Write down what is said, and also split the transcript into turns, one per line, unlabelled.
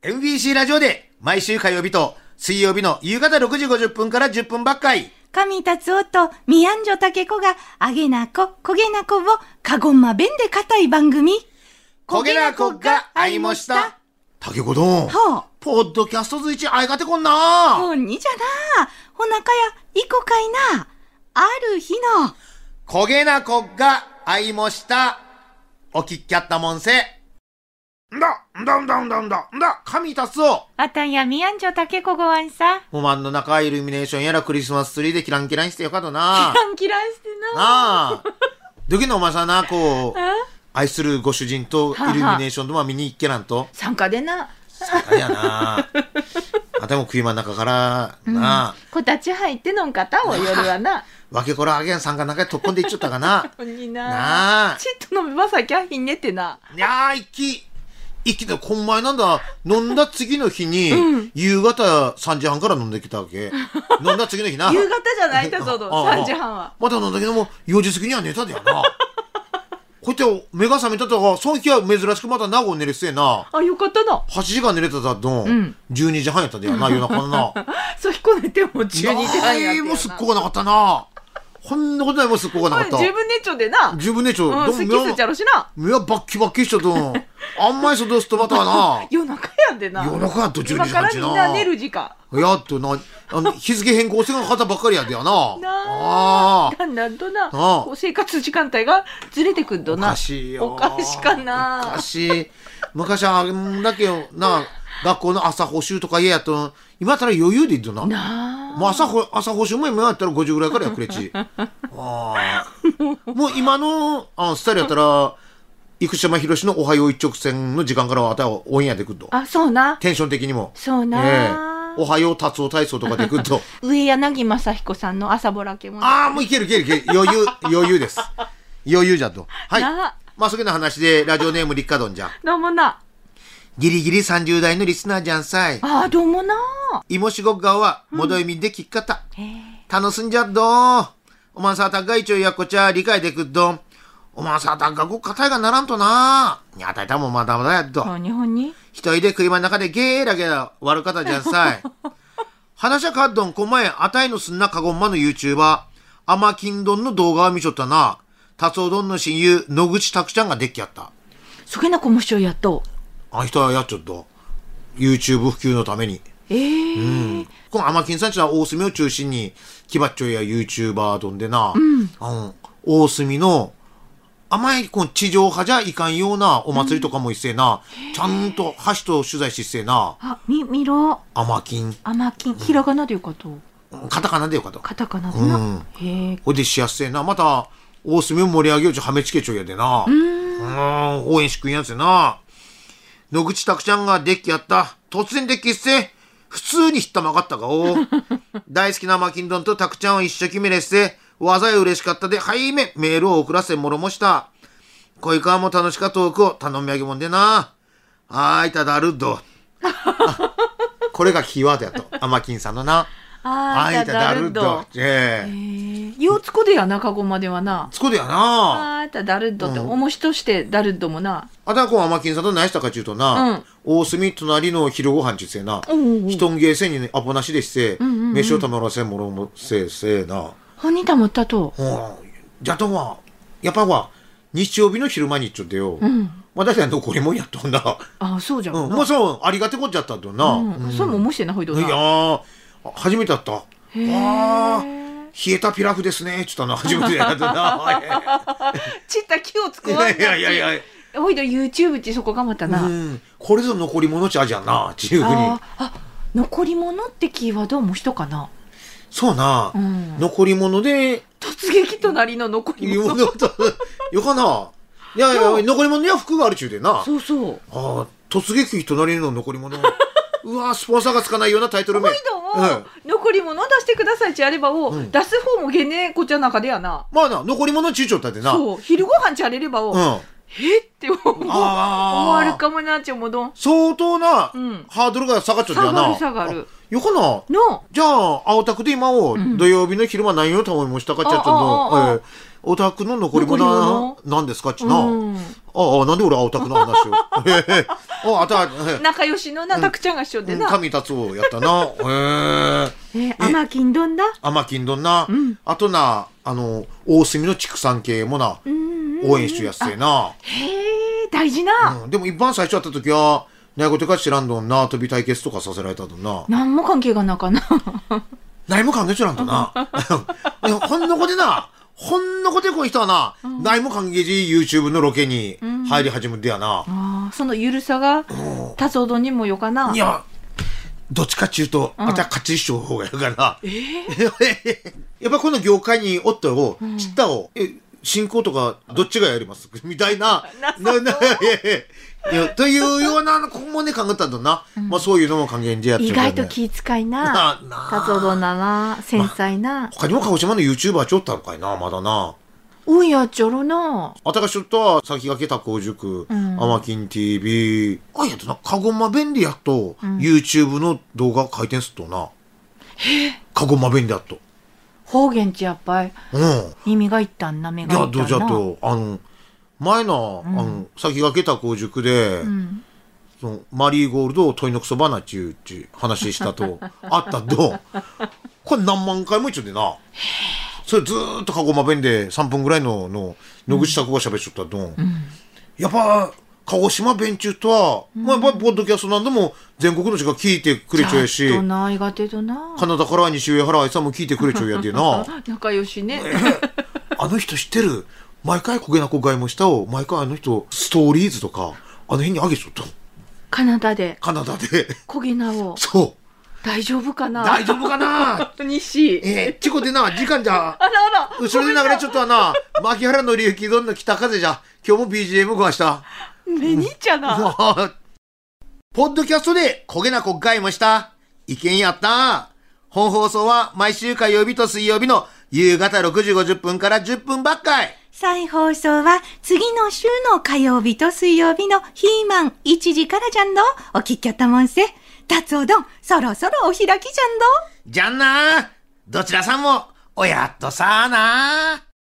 MBC ラジオで毎週火曜日と水曜日の夕方6時50分から10分ばっかり。
神達夫とミヤンジョタケコが、あげなこ、こげなこを、かごんま弁で固い番組。
焦げなこが会いました。竹子どん。
ほ
ポッドキャストずいち会いがてこんな
う、ほんにじゃな。ほなかや、いこかいな。ある日の、
焦げなこが会いました。お聞きやったもんせ。んだ、んだんだんだんだ、んだ、神達夫。
あたんやミヤンジョタケコごわんさ。
おまんの中イルミネーションやらクリスマスツリーでキランキランしてよかったな。
ランキランしてな。
なあ。時のお前さんな、こう、
え
愛するご主人とイルミネーションとまあ見に行っけなんと。
参加でな。
あれや な。あでも食い真ん中からな、
こたち入ってのんかたお夜はな。
わけこらあげんさんが中へ突っ込んでいっちゃったかな。
ほんに
なあ
ちっと飲めばさきゃひんねってな。
いやー、一気。一気で、こんまいなんだ。飲んだ次の日に、夕方3時半から飲んできたわけ。飲んだ次の日な。
夕方じゃないだぞ、
ああ
3時半は。
まだ飲んだけども、4時過ぎには寝ただよな。こうやって目が覚めたとか、その日は珍しくまた名護寝るせえな。
あ、よかったな。
8時間寝れただどん、
ん
12時半やっただよな、夜中のな。
そう、彦根ても12時半やっ
い
て
やー
よな
もうすっこがなかったな。こんなことないもうすっこがなかった。
十分熱調でな。
十分ね、ちょ、
うん、
ど
好
う
き
目は
すっちゃろしな。
目はバッキバキしちゃとん。あんまり外すとまた は
夜中やんでな。
な。夜中やっと12時
今からみ
半
ん
な。
な寝る時間。
やっとな、あの、日付変更せんかったばっかりやでやな。ああ
だんだんとな、
あ
こう生活時間帯がずれてくんと
お
な。
かしいよ。
おかしか
お
な
か。しい。昔はあんだけよ、な、学校の朝補習とか家やっと、今やったら余裕でいいとな。
なあ。
もう朝ほ朝補習も今やったら5時ぐらいからやくれ ち。ああもう今のあスタイルやったら、生島博士のおはよう一直線の時間からはあたはオンエアでくると。
あ、そうな。
テンション的にも。
そうな。
ええおはよう達夫体操とかでくると。
上柳正彦さんの朝ぼらけもな。
ああ、もういけるいけるいける。余裕、余裕です。余裕じゃと。はい。
なあ
まあ、そういうような話で、ラジオネーム、立花丼じゃん。
どうもな。
ギリギリ30代のリスナーじゃんさい。
ああ、どうもな。
芋しごっがは、もどいみできっかた。
へえ。
楽しんじゃっどおまんさあたっがいちょいやこちゃ理解でくっどおまんさあたっがごっかたいがならんとなにあたいたもんまだまだやっど
日本に
一人で車の中でゲーラゲラ悪かったじゃんさい話はかっどんこまえあたいのすんなかごんまの YouTuber あまきんどんの動画を見ちょったな達夫どんの親友野口拓ちゃんができやった
そげなこもしょやっと。
あ人はやっちょっと YouTube 普及のために
ええ
このアマキンさんちは大隅を中心に、キバッチョや YouTuber どんでな、あの、大隅の、あまりこの地上波じゃいかんようなお祭りとかも一斉な、ちゃんと橋と取材しっせえな、
あ、み、みろ。
アマキン、
あまきん、ひらがなでよかと。
カタカナでよかと。
カタカナでな。
うん
へえ。
おでしやっせえな、また、大隅を盛り上げようちはめちけちょいやでな、うん、応援しくんやつやな、野口拓ちゃんがデッキやった、突然デッキっせ、普通にひったまかった顔。 大好きなマキンドンとタクちゃんを一生懸命レッセ技や嬉しかったで、はいめ、メールを送らせもろもした。恋川も楽しかトークを頼み上げもんでな。はーい、ただるど。あこれがキーワードやと。アマキンさんのな。
あー、
は
あただるど。
え
へ
え。
え。ようつこでやな、かごまではな。
そこでやな。
あー、あただるどって、おもしとしてだるどもな。
あたはこうアマキンさんと何したかちゅうと
う
な、
ん
大隅隣の昼ご飯ちゅうせえな。
おうおう
人んげえせにアポなしでして、
んうんうん
飯をたまらせもろもせえせえな。
本人たまったと。
うんじゃとは、やっぱは、日曜日の昼間にちょっとよ。
うん。
まあ、だいたい残りもんやっとんな。
あー、そうじゃ
うんん。
な。
まあ、そう、ありがてこっちゃったとな。
うん。それもおもしてな、ほいど
い
な。
やー、あ初めてだった。あ
へえ
あー、冷えたピラフですね。ちょっとな、初めてだった な。
ちった気をつ
い
こわん
や
な。
いやいやいや。
ちほいど YouTube ちそこがまたな。
うん、これぞ残り物ちゃじゃんな、ちゅうふうに
あ。ーあ、残り物ってキーワードはもしとかな。
そうな
う、ん。
残り物で、
突撃隣の残り
いう
物。
のと、よかな。いやいや、
うん
残り物には服があるちゅうでな。
そうそう。
ああ、突撃隣の残り物。うわースポンサーがつかないようなタイトル名。
ホイド
う
ンを
ん
残り物を出してくださいちあればを、
うん
出す方もげねこっちゃ中でやな。
まあな、残り物ちゅうちょったってな。う。
そう、昼ご飯ちゃれればを、
ん。あ
えって思う思わ
あ
れる。かもなちょもどん。
相当な、
うん
ハードルが下がっちゃったよ
下が
な。
る下がる。
あ。よかな。
の、
じゃあ、青タクで今を、
ん
土曜日の昼間何を頼みもしたかっちゃった
ああああああ
の、えーお宅の残り物
残
ななんですかっちな。
うん
ああ、なんで俺はお宅の話を。 へへへああ、た、へへ
仲良しのな、たくちゃんがしょって
うん
な。
神達夫やった な。
え
へえ。
ー、甘きんどんだ。
甘金どんな。あとな、あの、大隅の畜産系もな、応援しとやすいな。
へえ、大事な。
うんでも一番最初会った時は、何事か知らんどんな、飛び対決とかさせられたとな。
何も関係がなかな。
何も考えちゃらんと な。いやほんのこでな、ほんのこでこういう人はな、何も関係じ YouTube のロケに入り始めてやな。
あーそのゆるさが、たそどにもよかな。
いや、どっちかっちゅうと、あたは勝ちしちゃう方がやから。 やっぱこの業界におったを、ちったを、え、進行とかどっちがやります みたいな。な、な、いやいやというような、今後ね、考えたんだな。まあそういうのも還元でやって
意
るからね
外と気遣い
な
な
あ な。あ
たそどなな、繊細な。
他にも鹿児島の YouTuber ちょったのかいな、まだな。
うんやっちょろな。
あたがしょっとは、先駆けた工塾、
ん
アマキン TV。あ、いやとな、カゴマ便利やっと、YouTube の動画回転すっとな。カゴマ便利やっと。
方言ちやっぱり、
うん。
耳がいったんな、目
い
がい
や、
っ
どうじ
た
ゃ
んな。
と、あの、前の、あの、先駆けた工塾で、
ん
そのマリーゴールドを鳥のクソ花っちゅうっちゅう話したと、あったと、これ何万回も一緒でな。それずーっとカゴマ弁で3分ぐらいの、の、野口拓が喋っちゃったと、やっぱ、鹿児島弁中とは、まあ、やっぱりポッドキャストなんでも全国の人が聞いてくれちゃうやし
ちゃ、んとな、いがてとな。
カナダから西上原愛さんも聞いてくれちゃうやで な。
仲良しね。
あの人知ってる。毎回焦げなこがいもしたを、毎回あの人、ストーリーズとか、あの辺にあげちゃったの。
カナダで
カナダで。
焦げなを
そう。
大丈夫かな
大丈夫かな
西
ええ、ちこでな、時間じゃ。
あらあら
後ろで流れちょっとはな、牧原の之どんの北風じゃ。今日も BGM 壊した。
目にちゃな
ポッドキャストで焦げなこがいもした。意見やった。本放送は毎週火曜日と水曜日の夕方6時50分から10分ばっかい。
再放送は次の週の火曜日と水曜日のヒーマン1時からじゃんど。お聞きやったもんせ。達おどん、そろそろお開きじゃんど。
じゃんなどちらさんも、おやっとさあな